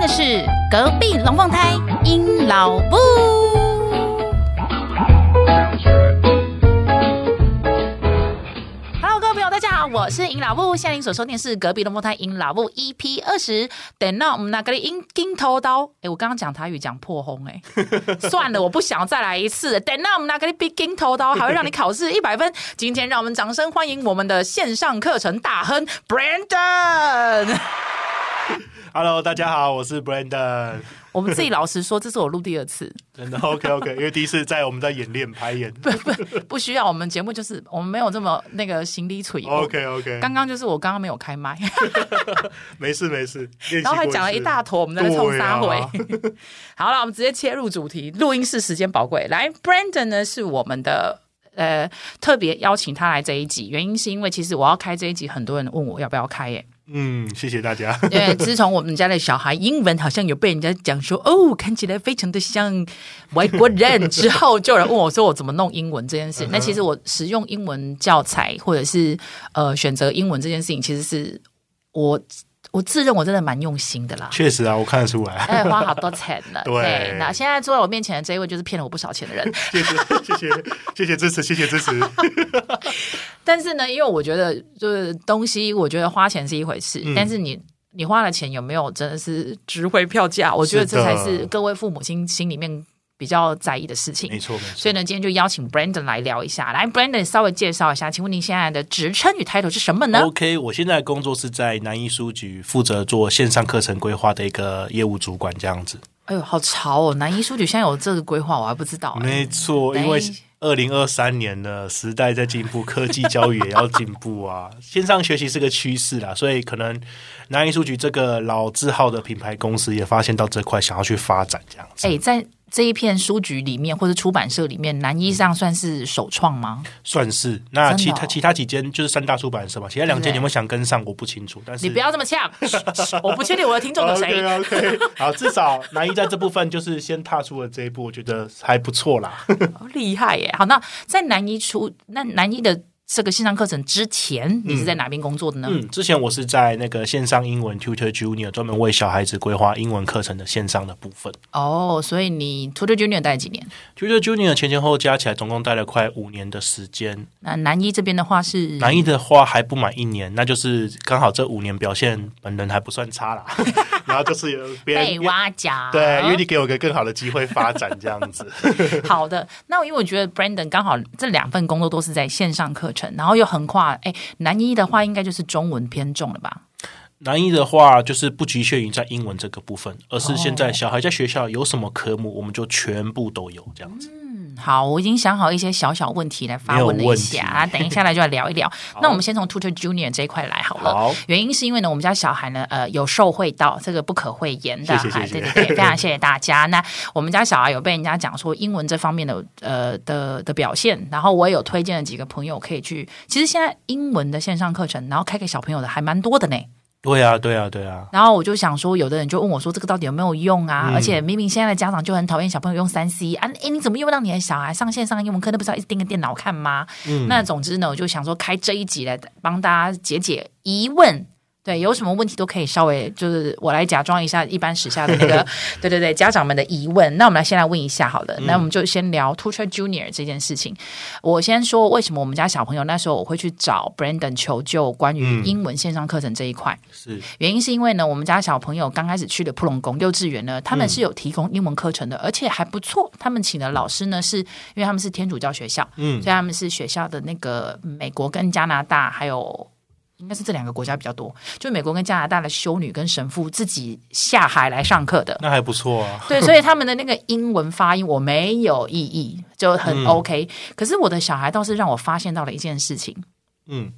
的是隔壁龙凤胎鹰老布。Hello，各位朋友，大家好，我是尹老布。现在您所收听的是隔壁龙凤胎尹老布 EP 二十。等到我们那个鹰金头刀，哎，我刚刚讲台语讲破轰，哎，算了，我不想再来一次。等到我们那个比金头刀，还会让你考试一百分。今天让我们掌声欢迎我们的线上课程大亨 Brandon。 Hello，大家好，我是 Brandon。我们自己老实说，这是我录第二次，真的 OK OK，因为第一次在我们在演练排演。不需要我们节目就是我们没有这么那个行李腿。 OK OK，刚刚就是我刚刚没有开麦，没事没事，练习然后还过讲了一次大坨，我们在冲沙回 对啊。好了，我们直接切入主题，录音室时间宝贵。来，Brandon 呢是我们的。呃，特别邀请他来这一集，原因是因为其实我要开这一集，很多人问我要不要开耶、嗯，谢谢 大家。因为自从我们家的小孩英文好像有被人家讲说哦，看起来非常的像外国人之后，就有人问我说我怎么弄英文这件事。那其实我使用英文教材或者是呃选择英文这件事情，其实是我我自认我真的蛮用心的啦。确实啊，我看得出来。 哎，花好多钱了。对那现在坐在我面前的这一位就是骗了我不少钱的人。谢谢谢谢谢谢支持，谢谢支持。但是呢，因为我觉得就是东西，我觉得花钱是一回事，嗯但是你你花了钱有没有真的是值回票价？我觉得是这的才是各位父母亲心里面比较在意的事没情。错没所错。以呢，今天就邀请 Brandon 来聊一下。来，Brandon 稍微介绍一下，请问您现在的职称与 title 是什么呢？ OK，我现在的工作是在南艺书局负责做线上课程规划的一个业务主管这样子。哎呦，好潮哦！南一书局现在有这个规划，我还不知道、哎没错，南艺因为二零二三年的时代在进步，科技教育也要进步 啊。线上学习是个趋势啦，所以可能南艺书局这个老字号的品牌公司也发现到这块，想要去发展这样子。哎、在这一片书局里面或者出版社里面，南一上算是首创吗？算是那真的哦其他、其他几间就是三大出版社嘛，其他两对间有没有想跟上，我不清楚。但是哦你不要这么呛，我不确定我的听众有谁。 OK OK，好，至少南一在这部分就是先踏出了这一步，我觉得还不错啦。哦厉害耶！好，那在南一出那南一的这个线上课程之前，你是在哪边工作的呢？嗯嗯，之前我是在那个线上英文 Tutor Junior 专门为小孩子规划英文课程的线上的部分。哦，所以你 Tutor Junior 待几年？ Tutor Junior 前前后后加起来总共待了快五年的时间。那南一这边的话是南一的话还不满一年，那就是刚好这五年表现本人还不算差啦。然后就是有别人被挖角，对，因为你给我一个更好的机会发展这样子。好的，那因为我觉得 Brandon 刚好这两份工作都是在线上课程，然后又横跨，哎，南一的话应该就是中文偏重了吧？南一的话，就是不局限于在英文这个部分，而哦是现在小孩在学校有什么科目，我们就全部都有这样子。嗯，好，我已经想好一些小小问题来发问了没有一问题下，啊等一下来就来聊一 聊。那我们先从 Tutor Junior 这一块来好了。好原因是因为呢，我们家小孩呢，呃，有受贿到，这个不可讳言的，谢谢哎谢谢对 对对，非常谢谢大家。那我们家小孩有被人家讲说英文这方面的呃的的表现，然后我也有推荐了几个朋友可以去。其实现在英文的线上课程，然后开给小朋友的还蛮多的呢。对啊，对啊，对啊，然后我就想说，有的人就问我说，这个到底有没有用啊？而且明明现在的家长就很讨厌小朋友用三 C 啊，哎，你怎么又让你的小孩上线上英文课？那不是要一直盯着电脑看吗？那总之呢，我就想说开这一集来帮大家解解疑问。对，有什么问题都可以稍微就是我来假装一下一般时下的那个，对对对，家长们的疑问。那我们来先来问一下好了，那我们就先聊 Tutor Junior 这件事情。我先说为什么我们家小朋友那时候我会去找 Brandon 求救关于英文线上课程这一块。是原因是因为呢，我们家小朋友刚开始去的普隆宫幼稚园呢，他们是有提供英文课程的，而且还不错。他们请的老师呢，是因为他们是天主教学校，嗯，所以他们是学校的那个美国跟加拿大还有。应该是这两个国家比较多，就美国跟加拿大的修女跟神父自己下海来上课 的，那还不错啊。对，所以他们的那个英文发音我没有异议，就很 OK、可是我的小孩倒是让我发现到了一件事情，嗯，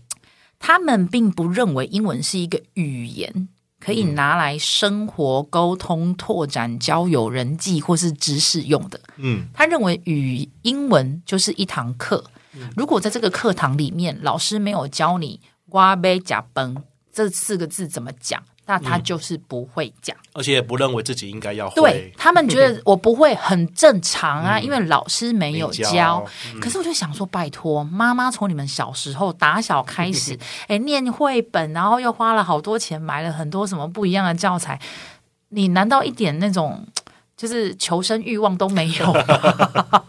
他们并不认为英文是一个语言，可以拿来生活、沟通、拓展、交友、人际或是知识用的。嗯，他认为语英文就是一堂课。如果在这个课堂里面，老师没有教你“瓜杯假崩”这四个字怎么讲，那他就是不会讲。而且也不认为自己应该要对会。他们觉 得我不会很正常啊，因为老师没有嗯没教教。可是我就想说，拜托，妈妈从你们小时候打小开始，哎，念绘本，然后又花了好多钱买了很多什么不一样的教材。你难道一点那种就是求生欲望都没有吗？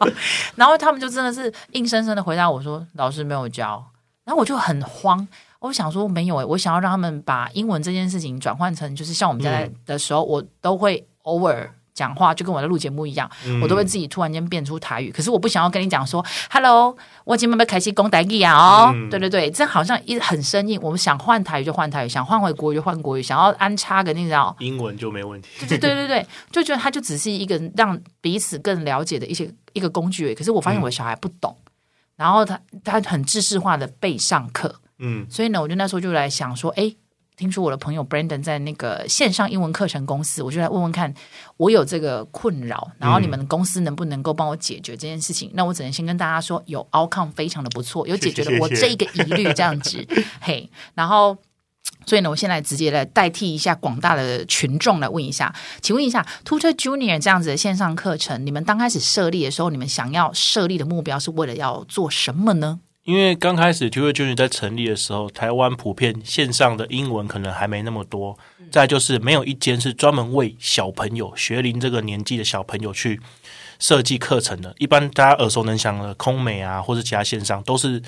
然后他们就真的是硬生生的回答我说：“老师没有教。”然后我就很慌，我想说没有诶、我想要让他们把英文这件事情转换成就是像我们在的时候，我都会偶尔。讲话就跟我在录节目一样，我都会自己突然间变出台语。可是我不想要跟你讲说，Hello，我今天被开始讲台语啊哦，嗯对对对，这好像一很生硬。我们想换台语就换台语，想换回国语就换国语，想要安插个那种英文就没问题。对对对对对，就觉得它就只是一个让彼此更了解的一些一个工具而已。可是我发现我的小孩不懂，然后他他很知识化的被上课，嗯所以呢，我就那时候就来想说，哎，听说我的朋友 Brandon 在那个线上英文课程公司，我就来问问看，我有这个困扰，然嗯后你们公司能不能够帮我解决这件事情？那我只能先跟大家说，有 outcome 非常的不错，有解决了我谢谢这一个疑虑，这样子，嘿，然后。所以呢，我现在直接来代替一下广大的群众来问一下，请问一下，Tutor Junior 这样子的线上课程，你们刚开始设立的时候，你们想要设立的目标是为了要做什么呢？因为刚开始 Tutor Junior 在成立的时候，台湾普遍线上的英文可能还没那么多，再来就是没有一间是专门为小朋友学龄这个年纪的小朋友去设计课程的。一般大家耳熟能详的空美啊，或是其他线上，都是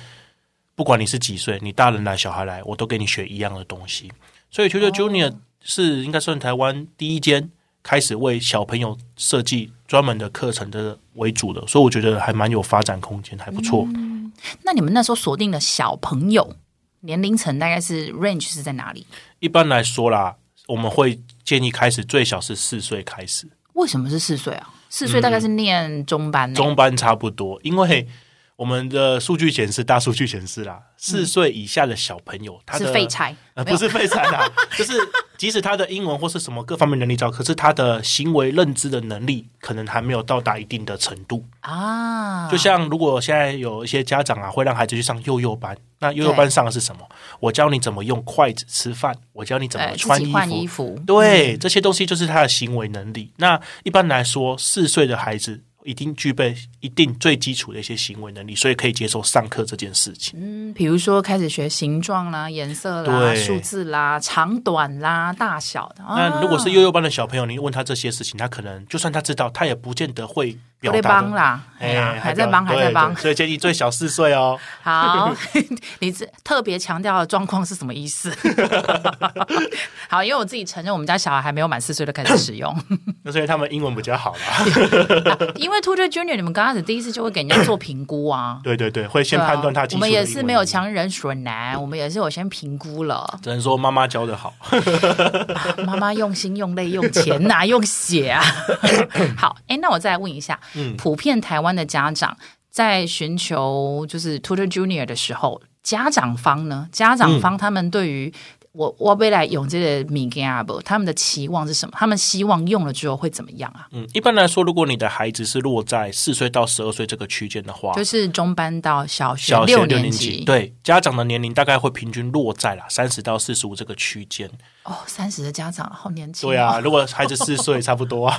不管你是几岁，你大人来小孩来，我都给你学一样的东西。所以 Tutor Junior 是应该算台湾第一间开始为小朋友设计专门的课程的为主的，所以我觉得还蛮有发展空间，还不错。那你们那时候锁定的小朋友年龄层大概是 range 是在哪里？一般来说啦，我们会建议开始最小是四岁开始，为什么是四岁啊？四岁大概是念中班、欸中班差不多，因为我们的数据显示，大数据显示啦，四岁以下的小朋友，他嗯的是废柴，呃，没有不是废柴 啦，就是即使他的英文或是什么各方面能力高，可是他的行为认知的能力可能还没有到达一定的程度。啊，就像如果现在有一些家长啊，会让孩子去上幼幼班，那幼幼班上的是什么？我教你怎么用筷子吃饭，我教你怎么呃自穿己衣换服衣，服，对，嗯这些东西就是他的行为能力。那一般来说，四岁的孩子已经具备一定最基础的一些行为能力，所以可以接受上课这件事情。嗯，比如说开始学形状啦、颜色啦、对数字啦、长短啦、大小的。那如果是啊幼幼班的小朋友，你问他这些事情，他可能就算他知道，他也不见得会有表啊在达帮的。啦，哎呀，还在帮，还表在帮对。对所以建议最小四岁哦。 好，你这特别强调的状况是什么意思？ 好，因为我自己承认我们家小孩还没有满四岁就开始使用，那所以他们英文比较好 啦。。因为 Tutor Junior 你们刚开始第一次就会给人家做评估啊对对对，会 先判断他基对啊我们础的英文能力。也是没有强人所难，我们也是有先评估了。只能说妈妈教的好。妈妈用心、用泪、用钱呐、用血 啊。 好，哎，那我再来问一下，嗯普遍台湾的家长在寻求就是 Tutor Junior 的时候，家长方呢，家长嗯方他们对于我我未来用这个米干阿伯，他们的期望是什么？他们希望用了之后会怎么样啊？嗯，一般来说，如果你的孩子是落在四岁到十二岁这个区间的话，就是中班到小学小学六六年年级，对家长的年龄大概会平均落在啦三十到四十五这个区间。哦，三十的家长好年轻、对啊，，如果孩子四岁差不多 啊，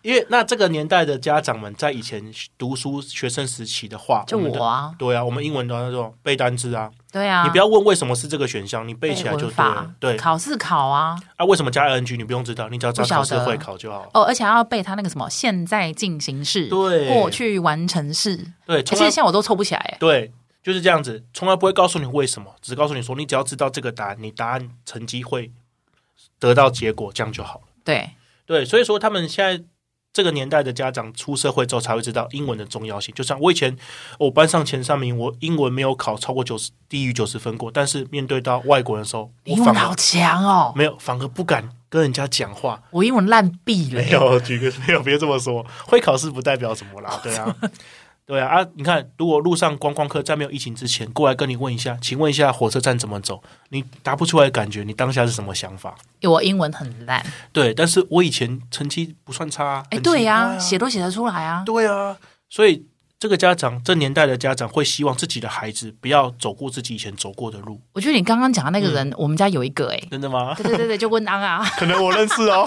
因为那这个年代的家长们在以前读书学生时期的话，就我们的我啊，对啊，我们英文的那种背单字啊，对啊，你不要问为什么是这个选项，你背背起来就文对法了。对考试考啊，啊，为什么加 ing 你不用知道，你只要知道考不试晓得会考就好。哦，而且还要背他那个什么现在进行式、对过去完成式，对，其从实来现在我都凑不起来哎。对，就是这样子，从来不会告诉你为什么，只告诉你说，你只要知道这个答案，你答案成绩会得到结果，这样就好了。对，对，所以说他们现在这个年代的家长出社会之后才会知道英文的重要性。就像我以前，我班上前三名，我英文没有考超过九十，低于九十分过，但是面对到外国人的时候，你我英文反好而强哦，没有，反而不敢跟人家讲话。我英文烂毙了没。有，举个 没有，别这么说。会考试不代表什么啦，对 啊，对啊啊！你看，如果路上观光客在没有疫情之前过来跟你问一下，请问一下火车站怎么走，你答不出来的感觉，你当下是什么想法？我英文很烂，对，但是我以前成绩不算差、啊，哎，很奇怪对呀、啊写都写得出来啊。对啊，所以这个家长，这年代的家长会希望自己的孩子不要走过自己以前走过的路，我觉得你刚刚讲的那个嗯人，我们家有一个哎、真 的吗？对对对对，就温安 啊，可能我认识哦，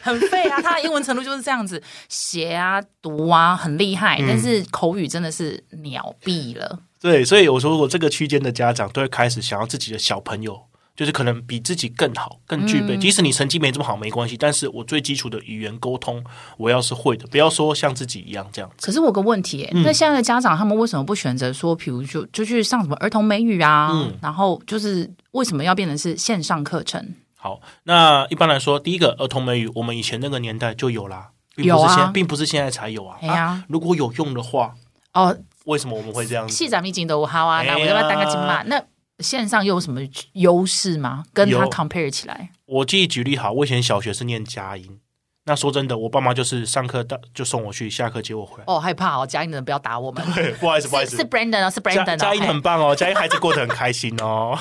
很废啊，他的英文程度就是这样子，写啊、读啊很厉嗯害，但是口语真的是鸟毙了。对，所以我说我这个区间的家长都会开始想要自己的小朋友就是可能比自己更好、更具嗯备。即使你成绩没这么好，没关系，但是我最基础的语言沟通，我要是会的，不要说像自己一样这样子。可是我有个问题耶、嗯那现在的家长他们为什么不选择说，比如就就去上什么儿童美语啊？嗯然后就是为什么要变成是线上课程？好，那一般来说，第一个儿童美语，我们以前那个年代就有啦，并不有是啊现，并不是现在才有啊。哎呀啊如果有用的话，哦，为什么我们会这样子？细长秘境都有好啊，嗯哎呀那我要不要单个金嘛？那线上又有什么优势吗？跟它有 compare 起来，我自己举例好，我以前小学是念佳音，那说真的，我爸妈就是上课到就送我去，下课接我回来。哦，害怕哦，佳音的人不要打我们。对， 不好意思，不好意是思是，Brandon 哦，是佳 Brandon 佳音哦很棒哦， 佳音孩子过得很开心哦，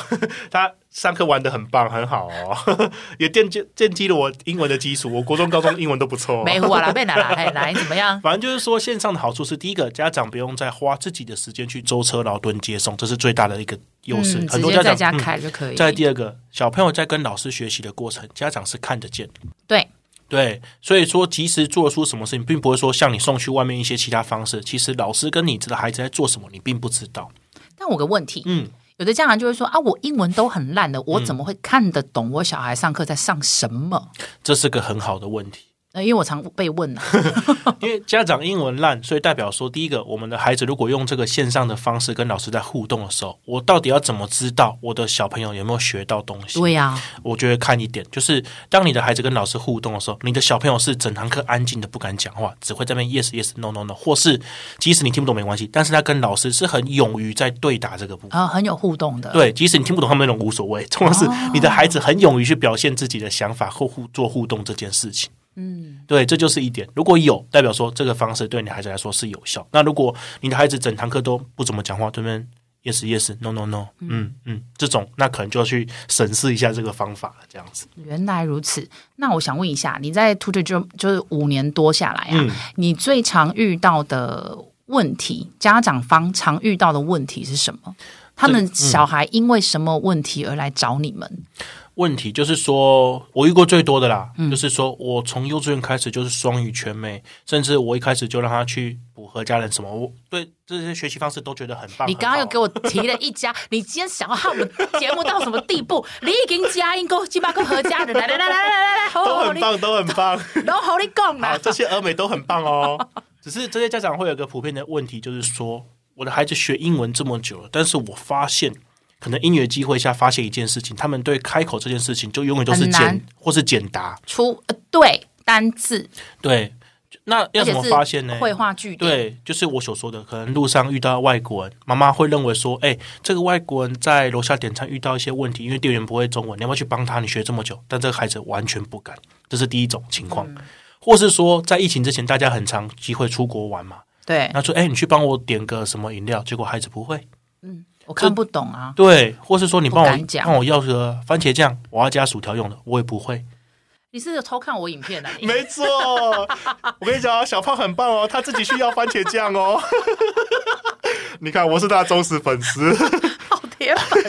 他上课玩的很棒，很好哦， 也奠基奠基了我英文的基础。我国中、高中英文都不错、嘿，哦。没胡啊啦，被拿啦，嘿，来你怎么 样？反正就是说，线上的好处是，第一个，家长不用再花自己的时间去舟车劳顿接送，这是最大的一个优势。嗯很直多接家在长家嗯开就可以。再第二个，小朋友在跟老师学习的过程，家长是看得见的。对，对，所以说，即使做出什么事情，并不会说像你送去外面一些其他方式。其实老师跟你这个孩子在做什么，你并不知道。但我有个问题，嗯，有的家长就会说啊，我英文都很烂的，我怎么会看得懂我小孩上课在上什么？这是个很好的问题，呃，因为我常被问 啊，因为家长英文烂，所以代表说，第一个，我们的孩子如果用这个线上的方式跟老师在互动的时候，我到底要怎么知道我的小朋友有没有学到东西？对呀、我觉得看一点，就是当你的孩子跟老师互动的时候，你的小朋友是整堂课安静的不敢讲话，只会在那边 yes yes no no no，或是即使你听不懂没关系，但是他跟老师是很勇于在对答这个部分。啊，很有互动的。对，即使你听不懂他们那种无所谓，重要是哦你的孩子很勇于去表现自己的想法或互做互动这件事情。嗯，对，这就是一点。如果有，代表说这个方式对你孩子来说是有效。那如果你的孩子整堂课都不怎么讲话，对面 yes yes no no no，嗯嗯，这种那可能就要去审视一下这个方法了，这样子。原来如此。那我想问一下，你在 Tutor 就就是五年多下来啊，嗯你最常遇到的问题，家长方常遇到的问题是什么？他嗯们小孩因为什么问题而来找你们？问题就是说，我遇过最多的啦，嗯就是说我从幼稚园开始就是双语全美，甚至我一开始就让他去补和家人什么，我对这些学习方式都觉得很棒。你刚刚又很好啊给我提了一 家，你今天想要害我们节目到什么地步？李已经佳音跟鸡巴跟何家人，来来来来来来来，好都好很哦你，棒，都很棒。然后 好你讲好，啦。这些俄美都很棒哦。 只是这些家长会有个普遍的问题，就是说，我的孩子学英文这么久了，但是我发现，可能因缘机会下发现一件事情，他们对开口这件事情就永远都是很难简或是简答。出呃对单字，对，那要而且怎么是发现呢？绘画句点。对，就是我所说的，可能路上遇到外国人，妈妈会认为说，哎、这个外国人在楼下点餐遇到一些问题，因为店员不会中文，你要不要去帮他？你学这么久，但这个孩子完全不敢，这是第一种情况。嗯或是说，在疫情之前，大家很常机会出国玩嘛，对，那说，哎、你去帮我点个什么饮料，结果孩子不会，我看不懂啊。对，或是说你帮不我敢讲帮我要个番茄酱，我要加薯条用的，我也不会。你是有偷看我影片 的、啊？你没错，我跟你讲啊，小胖很棒哦，他自己去要番茄酱哦。 你看，我是他的忠实粉丝。 好铁粉。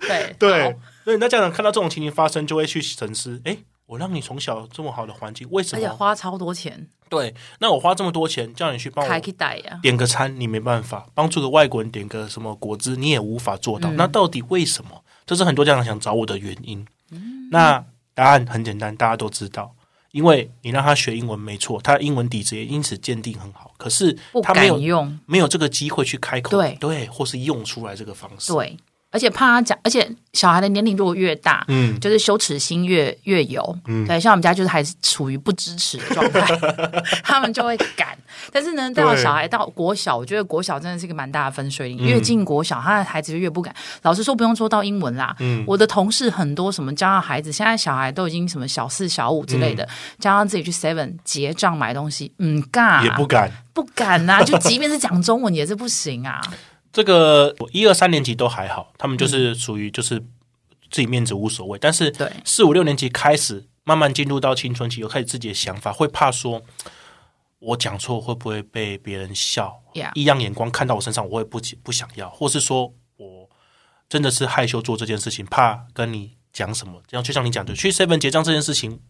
对对好，所以那家长看到这种情形发生，就会去沉思：哎，我让你从小这么好的环境，为什而且么？花超多钱，对，那我花这么多钱叫你去帮还我可以带啊呀。点个餐，你没办法；帮助个外国人点个什么果汁，你也无法做嗯到。那到底为什么？这是很多家长想找我的原因。嗯那答案很简单，大家都知道。因为你让他学英文没错，他英文底子也因此鉴定很好，可是不他没敢有用，没有这个机会去开口，对或是用出来这个方式。对，而且怕他讲，而且小孩的年龄如果越大，嗯就是羞耻心越越有，对，像我们家就是还是处于不支持的状 态，他们就会赶。但是呢，到对嗯小孩到国小，我觉得国小真的是一个蛮大的分水岭，越进国小，他的孩子就越不敢。老实说，不用说到英文啦，嗯我的同事很多什么教他孩子，现在小孩都已经什么小四、小五之类嗯的，教他自己去 Seven 结账买东西，嗯，尬，也不敢。不敢呐、就即便是讲中文也是不行啊。这个我一二三年级都还好，他们就是属于就是自己面子无所谓，但是嗯对四五六年级开始慢慢进入到青春期，有开始自己的想法，会怕说我讲错会不会被别人笑 Yeah 异样眼光看到我身上，我会不不想要，或是说我真的是害羞做这件事情，怕跟你讲什么，这样就像你讲的，去 seven 结账这件事情。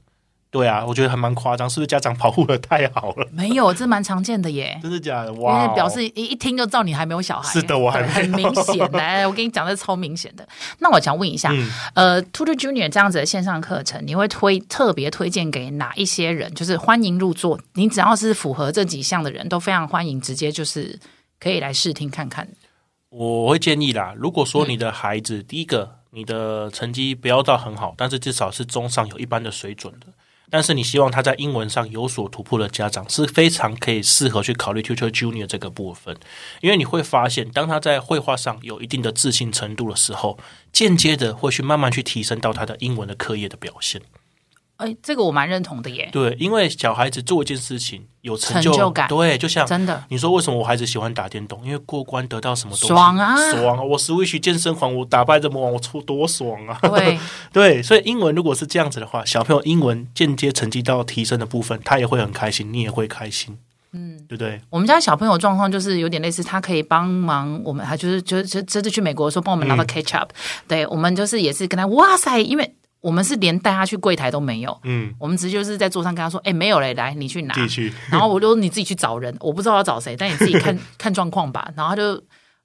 对啊，我觉得还蛮夸张，是不是家长保护的太好了？没有，这蛮常见的耶。真的假的？因哇为哦，表示一一听就知道你还没有小孩，是的我还对没有很明显的。哎我跟你讲，这超明显的。那我想问一下，嗯呃，Tutor Junior 这样子的线上课程，你会推特别推荐给哪一些人？就是欢迎入座，你只要是符合这几项的人都非常欢迎，直接就是可以来试听看看。我会建议啦，如果说你的孩子，第一个你的成绩不要到很好，但是至少是中上有一般的水准的。但是你希望他在英文上有所突破的家长是非常可以适合去考虑 Tutor Junior 这个部分，因为你会发现，当他在绘画上有一定的自信程度的时候，间接的会去慢慢去提升到他的英文的课业的表现。哎，这个我蛮认同的 耶，对，因为小孩子做一件事情有成就成就感对，就像真的。你说为什么我孩子喜欢打电动？因为过关得到什么东西爽啊爽啊！我 Switch 健身环，我打败这魔王，我出多爽啊！对，对，所以英文如果是这样子的话，小朋友英文间接成绩到提升的部分，他也会很开心，你也会开心，嗯，对不对？我们家小朋友状况就是有点类似，他可以帮忙我们，他就是就是就这次去美国的时候帮我们拿嗯到 ketchup，、对我们就是也是跟他哇塞，因为我们是连带他去柜台都没有，嗯，我们直接就是在桌上跟他说，哎、没有嘞，来你去拿，继续， 然后我就说你自己去找人，我不知道要找谁，但你自己 看看状况吧，然后他就。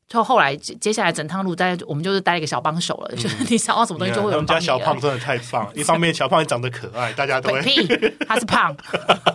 就后来接接下来整趟路待我们就是待了一个小帮手了，就是你想要什么东西就会有人嗯他们帮家你小了 胖真的太棒，一方面小胖也长得可爱，大家都本会屁，他是胖。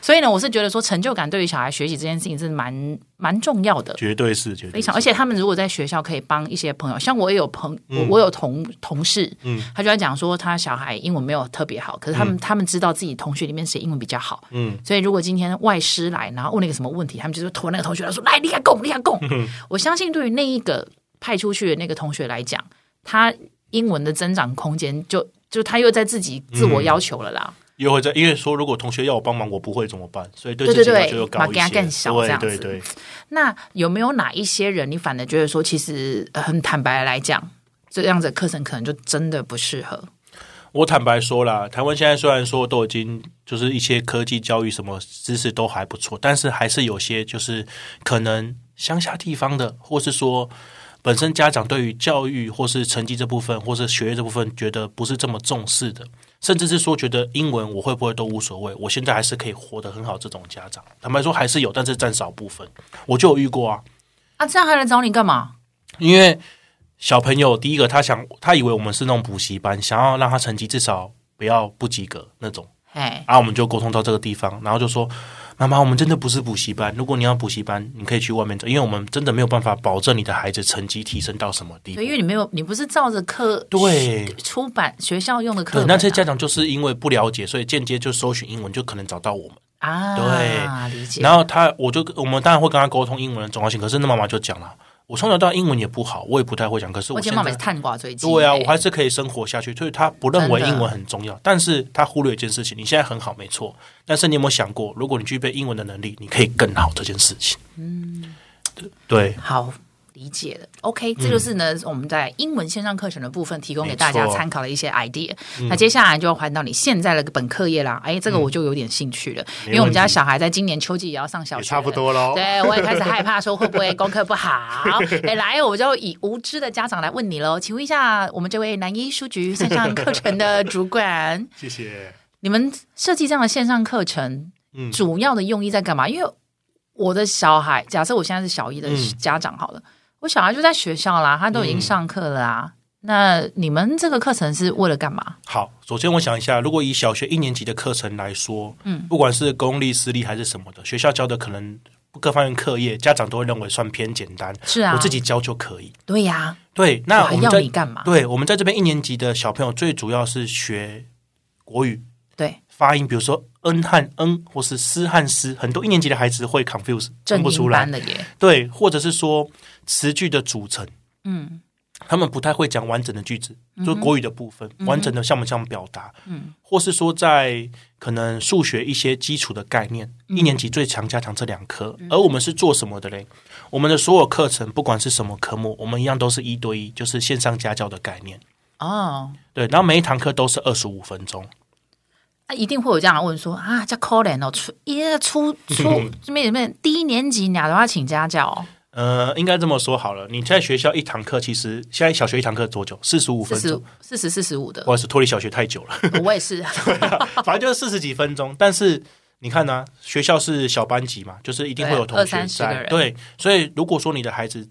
所以呢，我是觉得说成就感对于小孩学习这件事情是蛮蛮重要的。绝对是，绝对非是常，而且他们如果在学校可以帮一些朋友，像我也有朋，我我有同同事，嗯他就在讲说他小孩英文没有特别好，可是他们、他们知道自己同学里面谁英文比较好，嗯，所以如果今天外师来，然后问了一个什么问题，他们就是拖那个同学来说来，你敢供，你敢供。 我相信对于那一个派出去的那个同学来讲，他英文的增长空间就就他又在自己自我要求了啦。又会在因为说如果同学要我帮忙，我不会怎么办？所以对对自己对要对求又高把一给他些，更小这样对子对对。那有没有哪一些人，你反而觉得说，其实呃很坦白来讲，这样子的课程可能就真的不适合？我坦白说啦，台湾现在虽然说都已经就是一些科技教育什么知识都还不错，但是还是有些就是可能乡下地方的，或是说本身家长对于教育或是成绩这部分，或是学业这部分，觉得不是这么重视的，甚至是说觉得英文我会不会都无所谓，我现在还是可以活得很好。这种家长，坦白说还是有，但是占少部分。我就有遇过啊，啊，这样还来找你干嘛？因为小朋友第一个他想他以为我们是那种补习班，想要让他成绩至少不要不及格那种。哎，啊，我们就沟通到这个地方，然后就说：“妈妈，我们真的不是补习班。如果你要补习班，你可以去外面走，因为我们真的没有办法保证你的孩子成绩提升到什么地步对，。因为你没有，你不是照着课”对出版学校用的课对，本、啊，那些家长就是因为不了解，所以间接就搜寻英文，就可能找到我们。啊，理解。然后他，我就我们当然会跟他沟通英文的重要性，可是那妈妈就讲了，我从小到大英文也不好，我也不太会讲，可是我我今现天妈妈在是探瓜追击，对啊，哎我还是可以生活下去。所以他不认为英文很重要，但是他忽略一件事情：你现在很好，没错。但是你有没有想过，如果你具备英文的能力，你可以更好这件事情？嗯，对，好。理解了，OK，这就是呢、我们在英文线上课程的部分提供给嗯没错嗯大家参考的一些 idea。那接下来就要还到你现在的本课业啦，哎，这个我就有点兴趣了，因为我们家小孩在今年秋季也要上小也学，差不。多喽。对，我也开始害怕说会不会功课不 好。哎，来，我就以无知的家长来问你喽，请问一下，我们这位南一书局线上课程的主管，谢谢。你们设计这样的线上课程，嗯主要的用意在干嘛？因为我的小孩，假设我现在是小一的嗯家长好了，我小孩就在学校啦，他都已经上课了啊。那你们这个课程是为了干嘛？好，首先我想一下，如果以小学一年级的课程来说，嗯，不管是公立、私立还是什么的，学校教的可能各方面课业，家长都会认为算偏简单，是啊，我自己教就可以。对呀、对，我那还我们要在你干嘛？对我们在这边一年级的小朋友，最主要是学国语，对，发音，比如说恩和恩，或是思和思，很多一年级的孩子会 confuse 分正不出音来班。的耶，对，或者是说词句的组成，嗯，他们不太会讲完整的句子，就是国语的部分，嗯完整的像不像表达，嗯，或是说在可能数学一些基础的概念，嗯一年级最强加强这两科，而我们是做什么的嘞？我们的所有课程，不管是什么科目，我们一样都是一对一，就是线上家教的概念。哦。对，然后每一堂课都是二十五分钟，那一定会有这样的问说嗯啊，叫 Colin 哦，初一初初这边里面第一年级，你都要请家教哦、呃，应该这么说好了，你在学校一堂课，其实现在小学一堂课多久？四十五四分十钟。四十四十五的，我是脱离小学太久了， 我也是，反正就是四十几分钟。但是你看呢、学校是小班级嘛，就是一定会有同对学二三十个在人。对，所以如果说你的孩子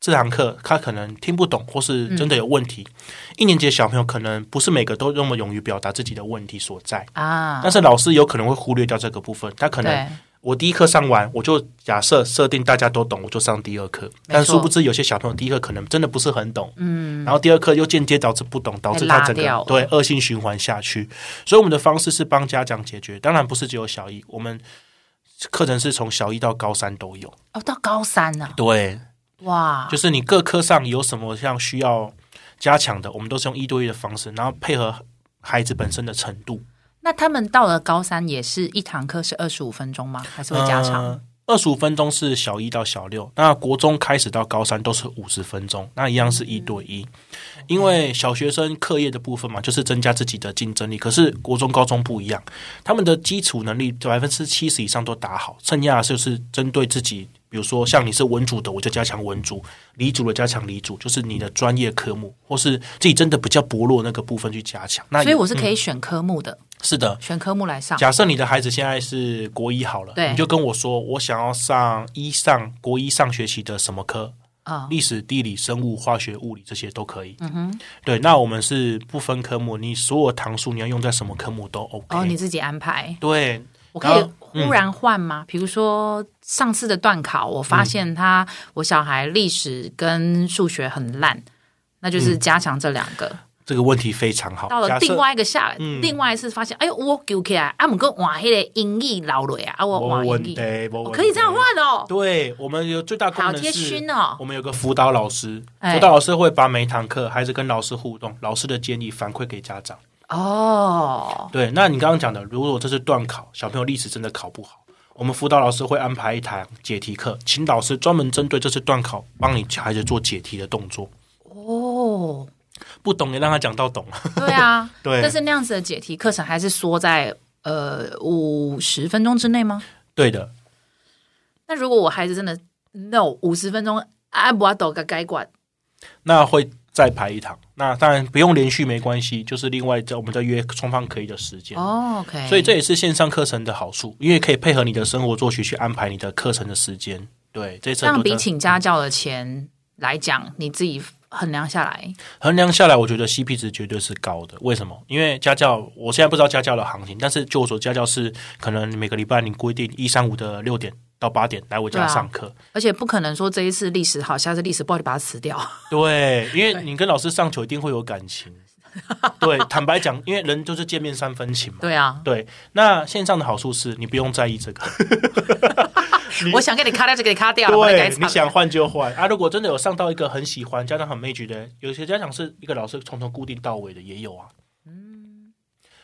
这堂课他可能听不懂，或是真的有问题，嗯一年级的小朋友可能不是每个都那么勇于表达自己的问题所在，啊但，是老师有可能会忽略掉这个部分，他可能对，我第一课上完，我就假设设定大家都懂，我就上第二课。但殊不知，有些小朋友第一课可能真的不是很懂，嗯，然后第二课又间接导致不懂，导致他整被拉掉个了对恶性循环下去。所以我们的方式是帮家长解决，当然不是只有小一，我们课程是从小一到高三都有。哦，到高三呢、对，哇，就是你各科上有什么像需要加强的，我们都是用一对一的方式，然后配合孩子本身的程度。那他们到了高三也是一堂课是二十五分钟吗？还是会加长？呃二十五分钟是小一到小六，那国中开始到高三都是五十分钟，那一样是一对一。因为小学生课业的部分嘛，就是增加自己的竞争力。可是国中、高中不一样，他们的基础能力百分之七十以上都打好，剩下的就是针对自己，比如说像你是文组的，我就加强文组；理组的加强理组，就是你的专业科目，或是自己真的比较薄弱那个部分去加强。那也嗯所以我是可以选科目的，是的，选科目来上。假设你的孩子现在是国一好了，对你就跟我说，我想要上一上国一上学期的什么科？啊、历史、地理、生物、化学、物理这些都可以。嗯哼，对，那我们是不分科目，你所有堂数你要用在什么科目都 OK。哦，你自己安排，对，我可以嗯然后嗯忽然换吗？比如说上次的段考，我发现他、我小孩历史跟数学很烂，那就是加强这两个。这个问题非常好。到了嗯假设嗯另外一个下来，另外一次发现，哎呦，我丢起来，啊，我跟换黑的英语老了呀，啊，我我换哦问英语，哦对，我我可以这样问换哦。对我们有最大功好能贴是心哦，我们有个辅导老师，哎辅导老师会把每一堂课孩子跟老师互动，老师的建议反馈给家长。哦，对，那你刚刚讲的，如果这是断考，小朋友历史真的考不好，我们辅导老师会安排一堂解题课，请老师专门针对这次断考，帮你孩子做解题的动作。哦，不懂 也让他讲到懂。 对啊，对但是那样子的解题课程还是缩在呃五十分钟之内吗？对的，那如果我孩子真的 no 五十分钟啊，不要抖个该管那会再排一堂。那当然不用连续没关系，就是另外在我们再约双方可以的时间。哦，OK，所以这也是线上课程的好处，因为可以配合你的生活作息去安排你的课程的时间。对，这次这样比请家教的钱来讲，你自己衡量下来，衡量下来，我觉得 CP 值绝对是高的。为什么？因为家教，我现在不知道家教的行情，但是就我所知家教是可能每个礼拜你规定一三五的六点到八点来我对家啊上课。而且不可能说这一次历史好，下次历史不好就把它辞掉。对，因为你跟老师上球一定会有感情。对，坦白讲，因为人就是见面三分情嘛。 对啊，对，那线上的好处是你不用在意这个，我想给你卡掉就给你卡掉，我对改，你想换就换啊。如果真的有上到一个很喜欢、家长很 m a 的，有些家长是一个老师从头固定到尾的也有啊。嗯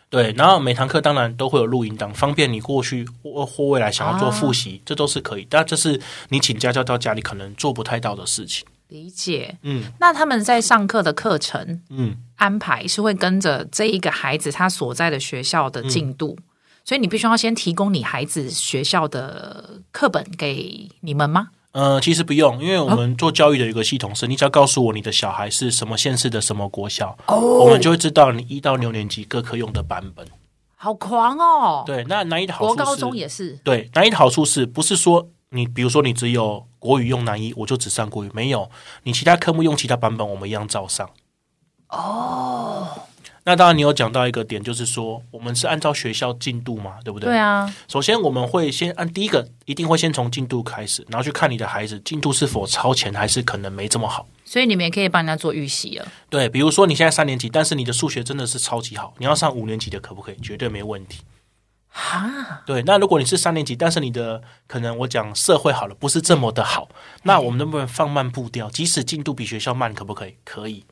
对，然后每堂课当然都会有录音档，方便你过去或或未来想要做复习，啊这都是可以。但这是你请家教到家里可能做不太到的事情。理解。嗯那他们在上课的课程嗯，安排是会跟着这一个孩子他所在的学校的进度，嗯所以你必须要先提供你孩子学校的课本给你们吗？呃，其实不用，因为我哦们做教育的有一个系统是，你只要告诉我你的小孩是什么县市的什么国小，哦我们就会知道你一到六年级各科用的版本。好狂哦！对，那难易的好处国是，高中也是对，南一的好处是不是说你比如说你只有国语用南一，我就只上国语，没有你其他科目用其他版本，我们一样照上。哦，那当然你有讲到一个点，就是说我们是按照学校进度嘛，对不对？对啊，首先我们会先按第一个，一定会先从进度开始，然后去看你的孩子进度是否超前，还是可能没这么好。所以你们也可以帮人家做预习了。对，比如说你现在三年级，但是你的数学真的是超级好，你要上五年级的可不可以？绝对没问题。哈，对，那如果你是三年级，但是你的可能我讲社会好了，不是这么的好，那嗯我们能不能放慢步调？即使进度比学校慢，可不可以？可以，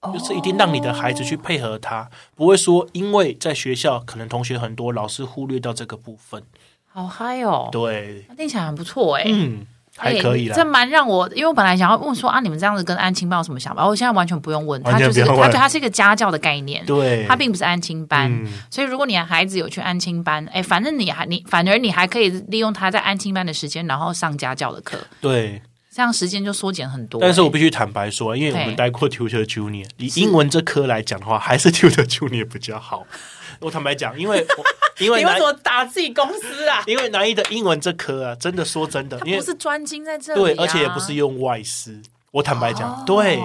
哦就是一定让你的孩子去配合他，不会说因为在学校可能同学很多，老师忽略到这个部分。好嗨哦！对，那听起来很不错哎、嗯，还可以哎啦。这蛮让我，因为我本来想要问说啊，你们这样子跟安亲班有什么想法？我现在完全不用问，他完全就是不他，用问对，他是一个家教的概念，对，他并不是安亲班。嗯所以，如果你的孩子有去安亲班，哎，反正你还你反而你还可以利用他在安亲班的时间，然后上家教的课，对，这样时间就缩减很多、哎但是我必须坦白说，因为我对们待过 Tutor Junior，以英文这科来讲的话，还是 Tutor Junior 比较好。我坦白讲，因 为我因为你为南什么打自己公司啊？因为南一的英文这科啊，真的说真的，因为不是专精在这里、啊，对，而且也不是用外师。我坦白讲，哦对，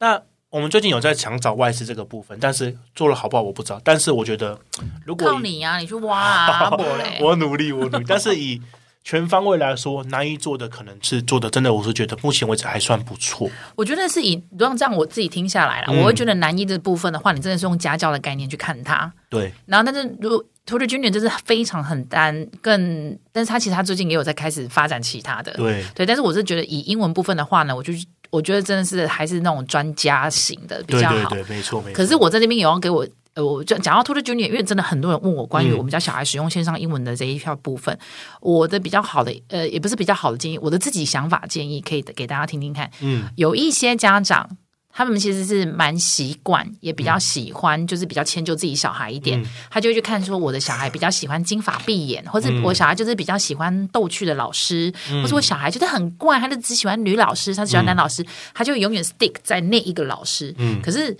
那我们最近有在想找外事这个部分，但是做了好不好我不知道。但是我觉得，如果靠以，你啊，你去挖啊，不嘞 我努力，我努力， 但是以全方位来说，南一做的可能是做的真的，我是觉得目前为止还算不错。我觉得是以让这样我自己听下来了，嗯我会觉得男一的部分的话，你真的是用家教的概念去看它，对，然后但是如果 t o t a Junior 就是非常很单，更但是他其实他最近也有在开始发展其他的，对，对，但是我是觉得以英文部分的话呢，我就我觉得真的是还是那种专家型的比对较对好。对，没错没错。可是我在这边也要给我。呃，我就讲到 Tutor Junior，因为真的很多人问我关于嗯我们家小孩使用线上英文的这一票部分，我的比较好的，呃，也不是比较好的建议，我的自己想法建议可以给大家听听看。嗯，有一些家长，他们其实是蛮习惯，也比较喜欢，就是比较迁就自己小孩一点，嗯他就会去看说我的小孩比较喜欢金发碧眼，或者嗯我小孩就是比较喜欢逗趣的老师，或者我小孩就是很怪，他就只喜欢女老师，他喜欢男老师，他就永远 stick 在那一个老师。嗯可是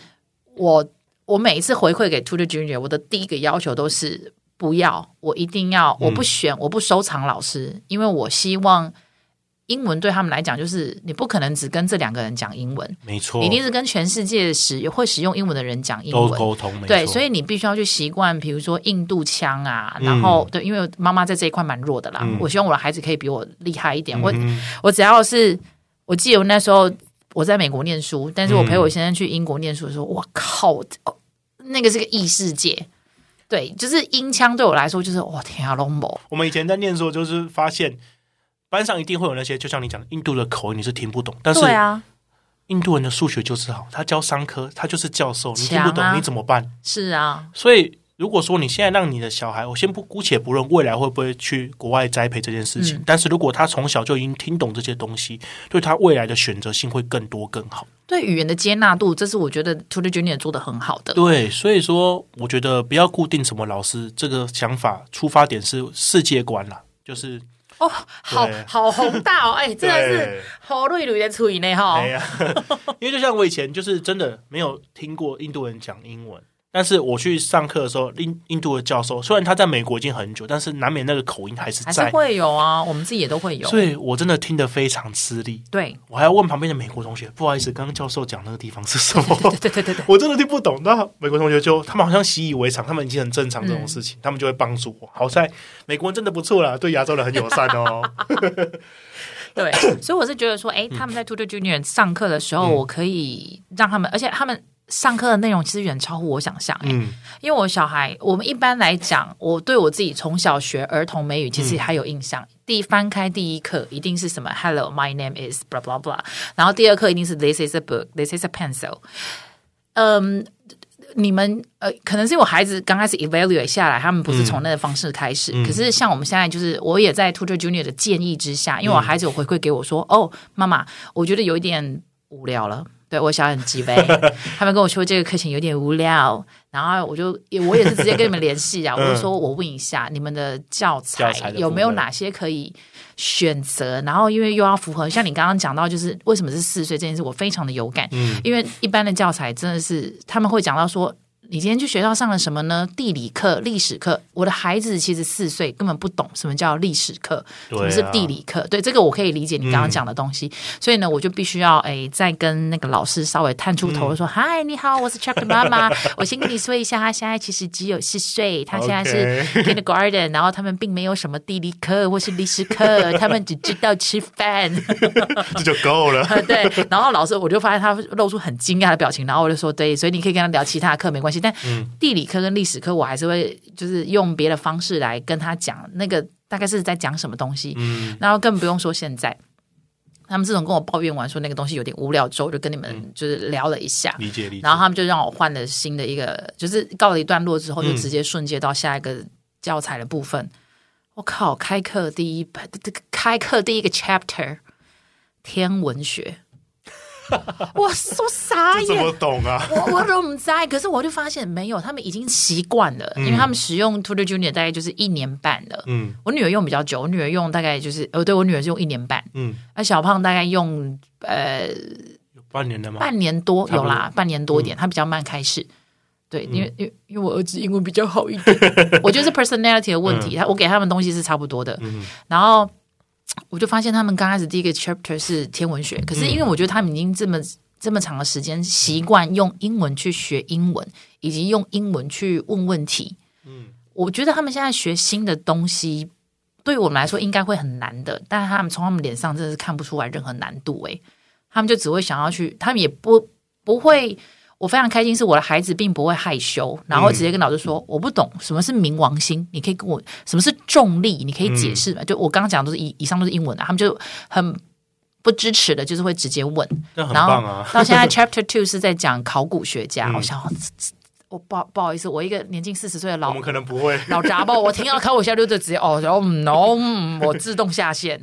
我我每一次回馈给 Tutor Junior，我的第一个要求都是不要，我一定要，我不选，我不收藏老师，因为我希望英文对他们来讲，就是你不可能只跟这两个人讲英文，没错，你一定是跟全世界使会使用英文的人讲英都文。沟通，没错对，所以你必须要去习惯，比如说印度腔啊，然后对，因为妈妈在这一块蛮弱的啦，嗯我希望我的孩子可以比我厉害一点。我嗯我只要是，我记得我那时候我在美国念书，但是嗯我陪我先生去英国念书的时候，哇靠，哦那个是个异世界。对，就是音腔对我来说，就是哇天啊，龙某我们以前在念书，就是发现班上一定会有那些，就像你讲的，印度的口音你是听不懂，但是对啊，印度人的数学就是好，他教商科，他就是教授，你听不懂强啊你怎么办？是啊，所以，如果说你现在让你的小孩，我先不姑且不论未来会不会去国外栽培这件事情，嗯但是如果他从小就已经听懂这些东西，对他未来的选择性会更多更好。对语言的接纳度，这是我觉得 t u t o Junior 做的很好的。对，所以说，我觉得不要固定什么老师，这个想法出发点是世界观啦，就是哦，好对好宏大哦，哎，真的是对好瑞瑞的嘴呢哈哎。 呀，因为就像我以前就是真的没有听过印度人讲英文，但是我去上课的时候，印印度的教授虽然他在美国已经很久，但是难免那个口音还是还是在，会有啊，我们自己也都会有。所以我真的听得非常吃力。对，我还要问旁边的美国同学，不好意思，刚刚教授讲那个地方是什么？ 对对对对， 我真的听不懂。那美国同学就他们好像习以为常，他们已经很正常这种事情，他们就会帮助我。好在美国人真的不错啦，对亚洲人很友善 哦。 对，所以我是觉得说，哎，他们在 Tutor Junior 上课的时嗯候，我可以让他们，而且他们上课的内容其实远超乎我想象。哎嗯，因为我小孩，我们一般来讲，我对我自己从小学儿童美语其嗯实还有印象。第一翻开第一课一定是什么？Hello, my name is blah blah blah。然后第二课一定是 This is a book, This is a pencil。嗯，你们呃，可能是我孩子刚开始 evaluate 下来，他们不是从那个方式开始。嗯可是像我们现在，就是我也在 Tutor Junior 的建议之嗯下，因为我孩子有回馈给我说：“哦，妈妈，我觉得有一点无聊了。”对我小孩很鸡 掰，他们跟我说这个课程有点无聊，然后我就也我也是直接跟你们联系啊，我就说我问一下你们的教材嗯教材的部分有没有哪些可以选择，然后因为又要符合像你刚刚讲到，就是为什么是四岁这件事，我非常的有感，嗯因为一般的教材真的是他们会讲到说。你今天去学校上了什么呢？地理课、历史课。我的孩子其实四岁，根本不懂什么叫历史课，什对啊嗯么是地理课。对，这个我可以理解你刚刚讲的东西。所以呢，我就必须要诶，再跟那个老师稍微探出嗯头说：“嗨，你好，我是 Chuck 的妈妈。我先跟你说一下，他现在其实只有四岁，他现在是 kindergarten，然后他们并没有什么地理课或是历史课，他们只知道吃饭。” 这就够了。对，然后老师我就发现他露出很惊讶的表情，然后我就说对，所以你可以跟他聊其他的课没关系，但地理课跟历史课我还是会就是用别的方式来跟他讲那个大概是在讲什么东西，然后更不用说现在。他们自从跟我抱怨完说那个东西有点无聊之后，我就跟你们就是聊了一下，理解理解然。后他们就让我换了新的一个，就是告了一段落之后，就嗯直接瞬接到下一个教材的部分。我靠，开课 第一，开课第一个 chapter，天文学。我说傻这怎么眼。懂啊？我我都不在，可是我就发现没有，他们已经习惯了，因为他们使用 Tutor Junior 大概就是一年半了。嗯我女儿用比较久，我女儿用大概就是，呃，对我女儿是用一年半，嗯，那小胖大概用呃有半年了吗？半年多差不有多嗯啦，半年多一点，他比较慢开始。对，因为因为因为我儿子英文比较好一 点，我觉得是 personality 的嗯问题。他我给他们东西是差不多的，然后我就发现他们刚开始第一个 chapter 是天文学，可是因为我觉得他们已经这么这么长的时间习惯用英文去学英文，以及用英文去问问题，嗯我觉得他们现在学新的东西，对于我们来说应该会很难的，但他们从他们脸上真的是看不出来任何难度诶、他们就只会想要去，他们也不不会。我非常开心，是我的孩子并不会害羞，然后直接跟老师说：“我不懂什么是冥王星，你可以跟我什么是重力，你可以解释吗？”就我刚刚讲的都是以以上都是英文的、啊他们就很不支持的，就是会直接问。那很然后棒啊！到现在 Chapter Two 是在讲考古学家，我想我不好不好意思，我一个年近四十岁的我老们可能不会， 老杂包，我听到考我下就就直接哦，然后嗯 no，嗯我自动下线。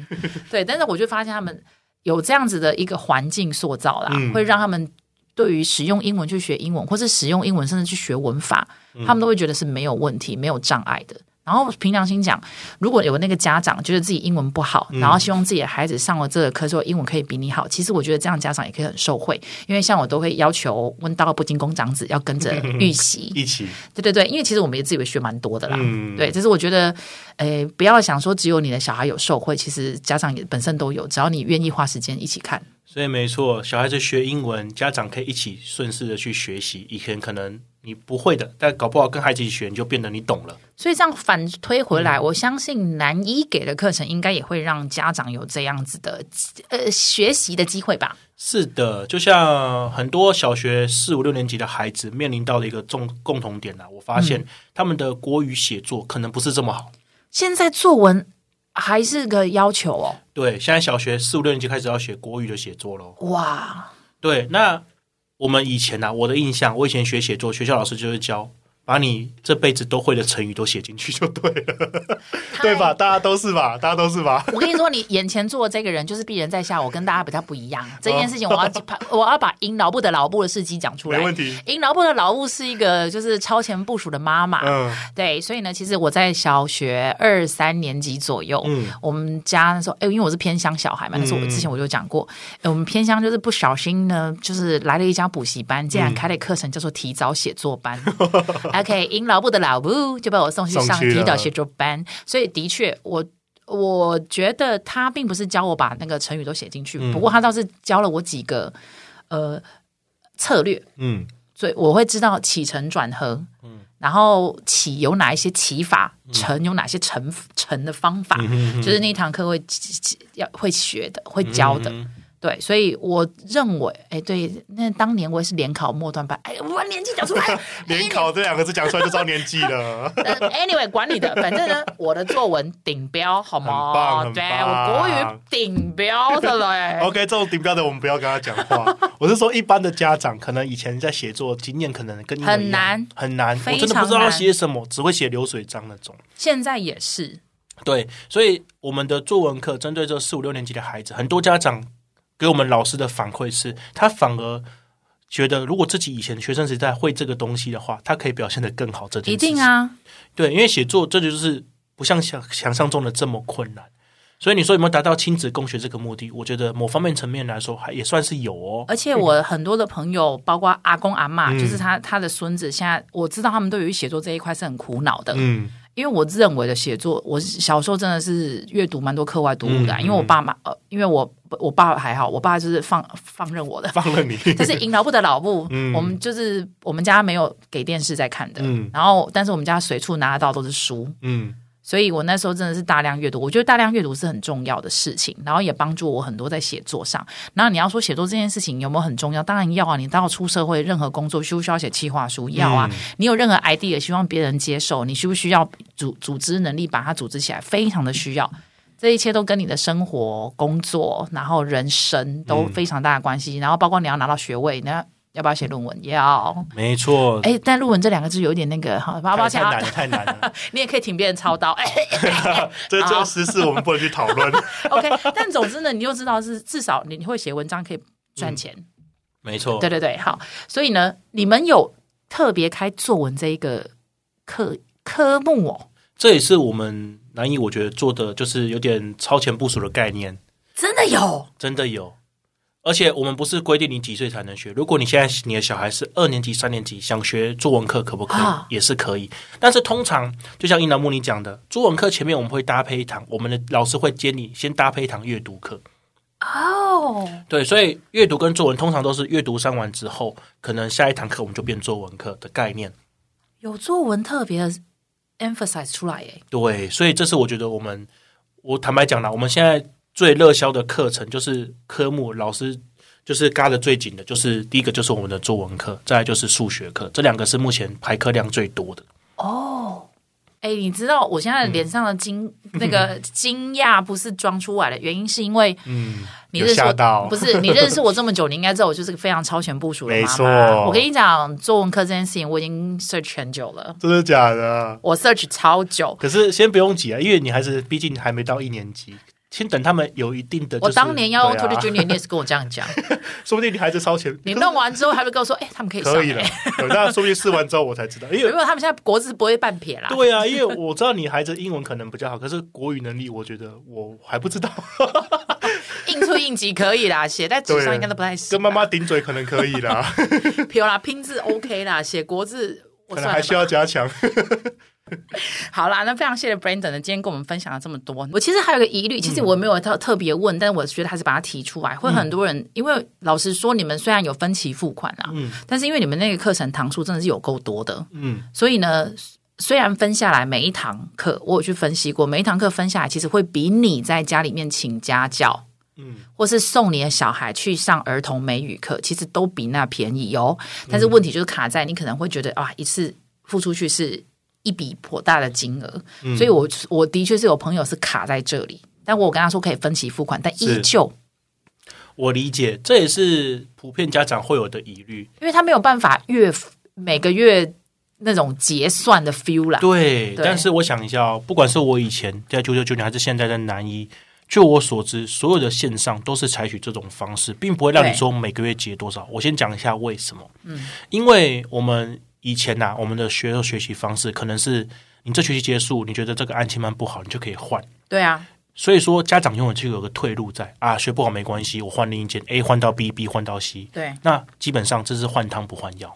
对，但是我就发现他们有这样子的一个环境塑造啦，嗯会让他们对于使用英文去学英文，或是使用英文甚至去学文法，他们都会觉得是没有问题、没有障碍的。然后凭良心讲，如果有那个家长觉得自己英文不好，然后希望自己的孩子上了这个课之后英文可以比你好，其实我觉得这样家长也可以很受惠，因为像我都会要求温到不进宫长子要跟着预习，一起对对对，因为其实我们也自己也学蛮多的啦。嗯对，只是我觉得，诶，不要想说只有你的小孩有受贿，其实家长也本身都有，只要你愿意花时间一起看。所以没错，小孩子学英文，家长可以一起顺势的去学习。以前可能你不会的，但搞不好跟孩子一起学，你就变得你懂了。所以这样反推回来，我相信南一给的课程应该也会让家长有这样子的呃学习的机会吧。是的，就像很多小学四五六年级的孩子面临到的一个重共同点啊，我发嗯现他们的国语写作可能不是这么好。现在作文还是个要求哦，对，现在小学四五六年级开始要写国语的写作喽。哇，对，那我们以前啊，我的印象，我以前学写作，学校老师就是教把你这辈子都会的成语都写进去就对了， 对吧？大家都是吧？大家都是吧？我跟你说，你眼前坐的这个人就是鄙人在下，我跟大家比较不一样。这件事情，我要我要把阴劳部的劳部的事迹讲出来。没问题阴劳部的劳部是一个就是超前部署的妈妈，嗯对，所以呢，其实我在小学二三年级左右，嗯我们家那时候，哎、因为我是偏乡小孩嘛，那时候我之前我就讲过，哎我们偏乡就是不小心呢，就是来了一家补习班，竟然开了课程叫做提早写作 班。OK，因老部的老部就把我送去上送去了提早写作班，所以的确我。我觉得他并不是教我把那个成语都写进嗯去，不过他倒是教了我几个呃策略，嗯，所以我会知道起承转合，嗯，然后起有哪一些起法，承有哪些承承的方法，就是那一堂课会要会学的，会教的。对，所以我认为，哎，对，那当年我也是联考末段班，哎，我把年纪讲出来 联考这两个字讲出来就知道年纪 了。呃，anyway，管你的，反正呢，我的作文顶标，好很吗棒？很对棒。我国语顶标的嘞 OK，这哦种顶标的我们不要跟他讲 话。我是说，一般的家长可能以前在写作经验可能跟你们很一样难很难，我非常真的不知道要难写什么，只会写流水账那种。现在也是，对，所以我们的作文课针对这四五六年级的孩子，很多家长给我们老师的反馈是，他反而觉得如果自己以前学生时代会这个东西的话，他可以表现得更好。这件一事情定啊，对，因为写作这就是不像想想象中的这么困难。所以你说有没有达到亲子共学这个目的？我觉得某方面层面来说，还也算是有哦。而且 我很多的朋友，包括阿公阿妈，嗯就是他他的孙子，现在我知道他们对于写作这一块是很苦恼的，嗯，因为我认为的写作，我小时候真的是阅读蛮多课外读物的啊，嗯。因为我爸妈，呃，因为我我爸还好，我爸就是放放任我的放了你，这是引导部的老部，嗯我们就是我们家没有给电视在看的，嗯然后但是我们家随处拿得到都是书， 嗯所以我那时候真的是大量阅读，我觉得大量阅读是很重要的事情，然后也帮助我很多在写作上。然后你要说写作这件事情有没有很重要？当然要啊！你到出社会，任何工作需不需要写企划书？要啊！嗯你有任何 idea 希望别人接受，你需不需要组组织能力把它组织起来？非常的需要。这一切都跟你的生活、工作，然后人生嗯都非常大的关系。然后包括你要拿到学位，那要不要写论文？要。没错。哎，但论文这两个字有一点那个，好，太抱歉太啊难，了，太难了，你也可以请别人操刀。 哎， 这就是是我们 不能去讨论。嗯 OK，但总之呢，你就知道是至少你会写文章可以赚钱，没错，对对对，好，所以呢，你们有特别开作文这一个科科目哦，这也是我们南艺我觉得做的就是有点超前部署的概念，真的有真的有。而且我们不是规定你几岁才能学，如果你现在你的小孩是二年级、三年级，想学作文课可不可以？啊也是可以。但是通常就像伊南木你讲的，作文课前面我们会搭配一堂，我们的老师会接你先搭配一堂阅读课。哦，对，所以阅读跟作文通常都是阅读上完之后，可能下一堂课我们就变作文课的概念。有作文特别的 emphasize 出来耶，对，所以这是我觉得我们，我坦白讲啦，我们现在最热销的课程就是科目，老师就是嘎的最紧的，就是第一个就是我们的作文课，再来就是数学课，这两个是目前排课量最多的。哦。哎，你知道我现在脸上的惊、嗯那 个惊讶不是装出来的原因，是因为嗯，你有认识吓我到 不是你认识我这么久，你应该知道我就是个非常超前部署的没妈错妈。我跟你讲，作文课这件事情我已经 search 很久了，真的假的？我 search 超久。可是先不用急啊，因为你还是毕竟还没到一年级，先等他们有一定的、就是。我当年要用 t o t 对啊 Junior，你也是跟我这样 讲。说不定你孩子超前，你弄完之后，还会跟我说：“哎、他们可以上、可以欸。了。对那说不定试完之后我才知道，因因为为他们现在国字不会半撇啦。对啊，因为我知道你孩子英文可能比较好，可是国语能力我觉得我还不知道，印出印集可以啦，写在纸上对啊应该都不太行。跟妈妈顶嘴可能可以 啦，撇啦，拼字 OK 啦，写国字我可算能了还吧需要加强。好啦，那非常谢谢 Brandon 呢，今天跟我们分享了这么多。我其实还有一个疑嗯虑，其实我没有特特别问，但我觉得还是把它提出来，会很多人因为老实说，你们虽然有分期付款啊，嗯但是因为你们那个课程堂数真的是有够多的，嗯，所以呢。虽然分下来每一堂课，我有去分析过，每一堂课分下来，其实会比你在家里面请家教，嗯，或是送你的小孩去上儿童美语课，其实都比那便宜哦。但是问题就是卡在你可能会觉得啊，一次付出去是一笔颇大的金额，嗯所以我我的确是有朋友是卡在这里，但我有跟他说可以分期付款，但依是旧我理解，这也是普遍家长会有的疑虑。因为他没有办法月每个月那种结算的 feel 啦，对，对但是我想一下哦，不管是我以前在九九九年，还是现在在南一，据我所知，所有的线上都是采取这种方式，并不会让你对说每个月结多少。我先讲一下为什么。嗯，因为我们以前啊呐、我们的学学习方式可能是你这学期结束，你觉得这个案情班不好，你就可以换。对啊，所以说，家长永远就有个退路在啊，学不好没关系，我换另一间 A 换到 B，B 换到 C。对，那基本上这是换汤不换药，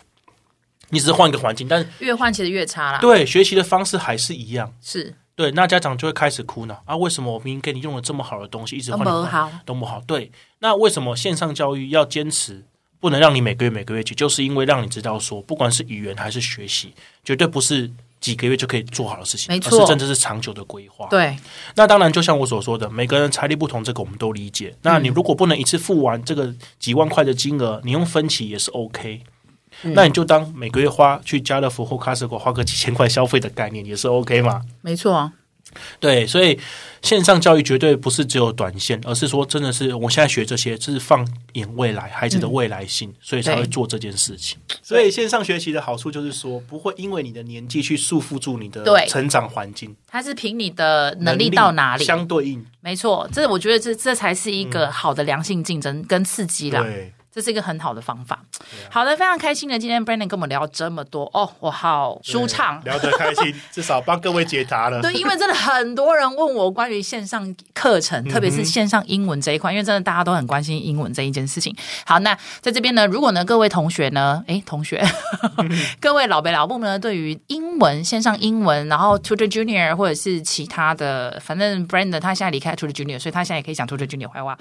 你只是换一个环境，但是越换其实越差啦，对学习的方式还是一样。是对，那家长就会开始哭恼啊，为什么我明明给你用了这么好的东西，一直都换不你换好，都不好？对，那为什么线上教育要坚持，不能让你每个月每个月去？就是因为让你知道说，不管是语言还是学习，绝对不是几个月就可以做好的事情，没而错是真的是长久的规划。对那当然，就像我所说的，每个人财力不同，这个我们都理解。那你嗯如果不能一次付完这个几万块的金额，你用分期也是 OK。那嗯你就当每个月花去家乐福或 Costco 花个几千块消费的概念也是 OK 嘛？没错，对，所以线上教育绝对不是只有短线，而是说真的是我现在学这些，是放眼未来孩子的未来嗯性，所以才会做这件事情。所以线上学习的好处就是说，不会因为你的年纪去束缚住你的对成长环境，他是凭你的能力到哪里，相对应。没错，这我觉得这这才是一个好的良性竞争跟刺激啦，对，这是一个很好的方法。好的，非常开心的，今天 Brandon 跟我们聊这么多哦，我好舒畅。聊得开心，至少帮各位解答 了。对，因为真的很多人问我关于线上课程，特别是线上英文这一块，因为真的大家都很关心英文这一件事情。好，那在这边呢，如果呢各位同学呢，诶，同学，各位老北老部呢，对于英文线上英文，然后 Tutor Junior 或者是其他的，反正 Brandon 他现在离开 Tutor Junior，所以他现在也可以讲 Tutor Junior 坏话。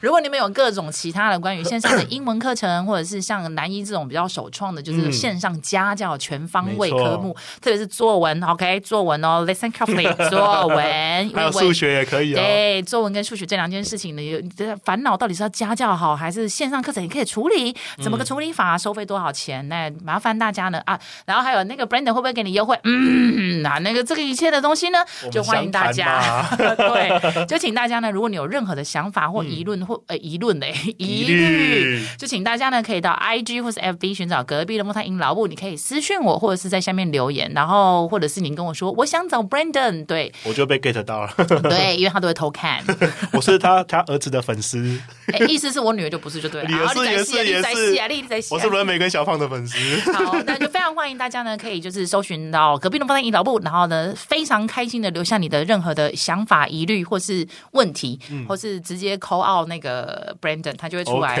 如果你们有各种其他的关于线上的英文课程，或者是像南一这种比较首创的，就是线上家教全方位科哦目，特别是作文，OK，作文哦，listen carefully，作 文，因还有为数学也可以哦。对，作文跟数学这两件事情呢，有你的烦恼到底是要家教好，还是线上课程也可以处理？怎么个处理法？收费多少钱？那麻烦大家呢啊！然后还有了，那个 Brandon 会不会给你优惠？嗯，那那个这个一切的东西呢，我就们欢迎大详家 谈。对，就请大家呢，如果你有任何的想法或疑论或、呃疑论嘞疑虑，就请大家呢可以到 IG 或是 FB 寻找隔壁的莫太英老布，你可以私讯我，或者是在下面留言，然后或者是您跟我说我想找 Brandon，对我就被 get 到 了，对，因为他都会偷看，我是他他儿子的粉丝， 哎意思是我女儿就不是就对了，也啊是你在也戏啊是你也在是戏啊，你在戏啊我是伦美跟小胖的粉 丝。好，那就非常欢迎大家呢，可以就是搜寻到隔壁的方太医疗部，然后呢，非常开心的留下你的任何的想法、疑虑或是问题，嗯或是直接 call out 那个 Brandon，他就会出来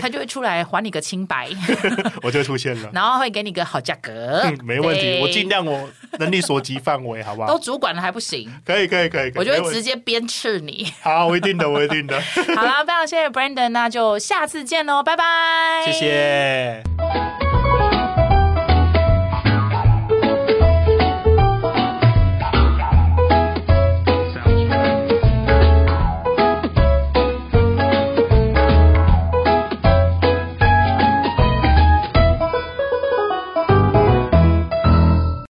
他就会出来还你个清白， 我就出现了。然后会给你个好价格，嗯， 没问题，对我尽量我能力所及范围，好不都好？主管了还不行，可以，可以，可以，可以我就没会问直题接鞭笞你。 好，我一定的，我一定的，好啦，非常谢谢 Brandon，那就下次见喽，拜拜，谢。谢。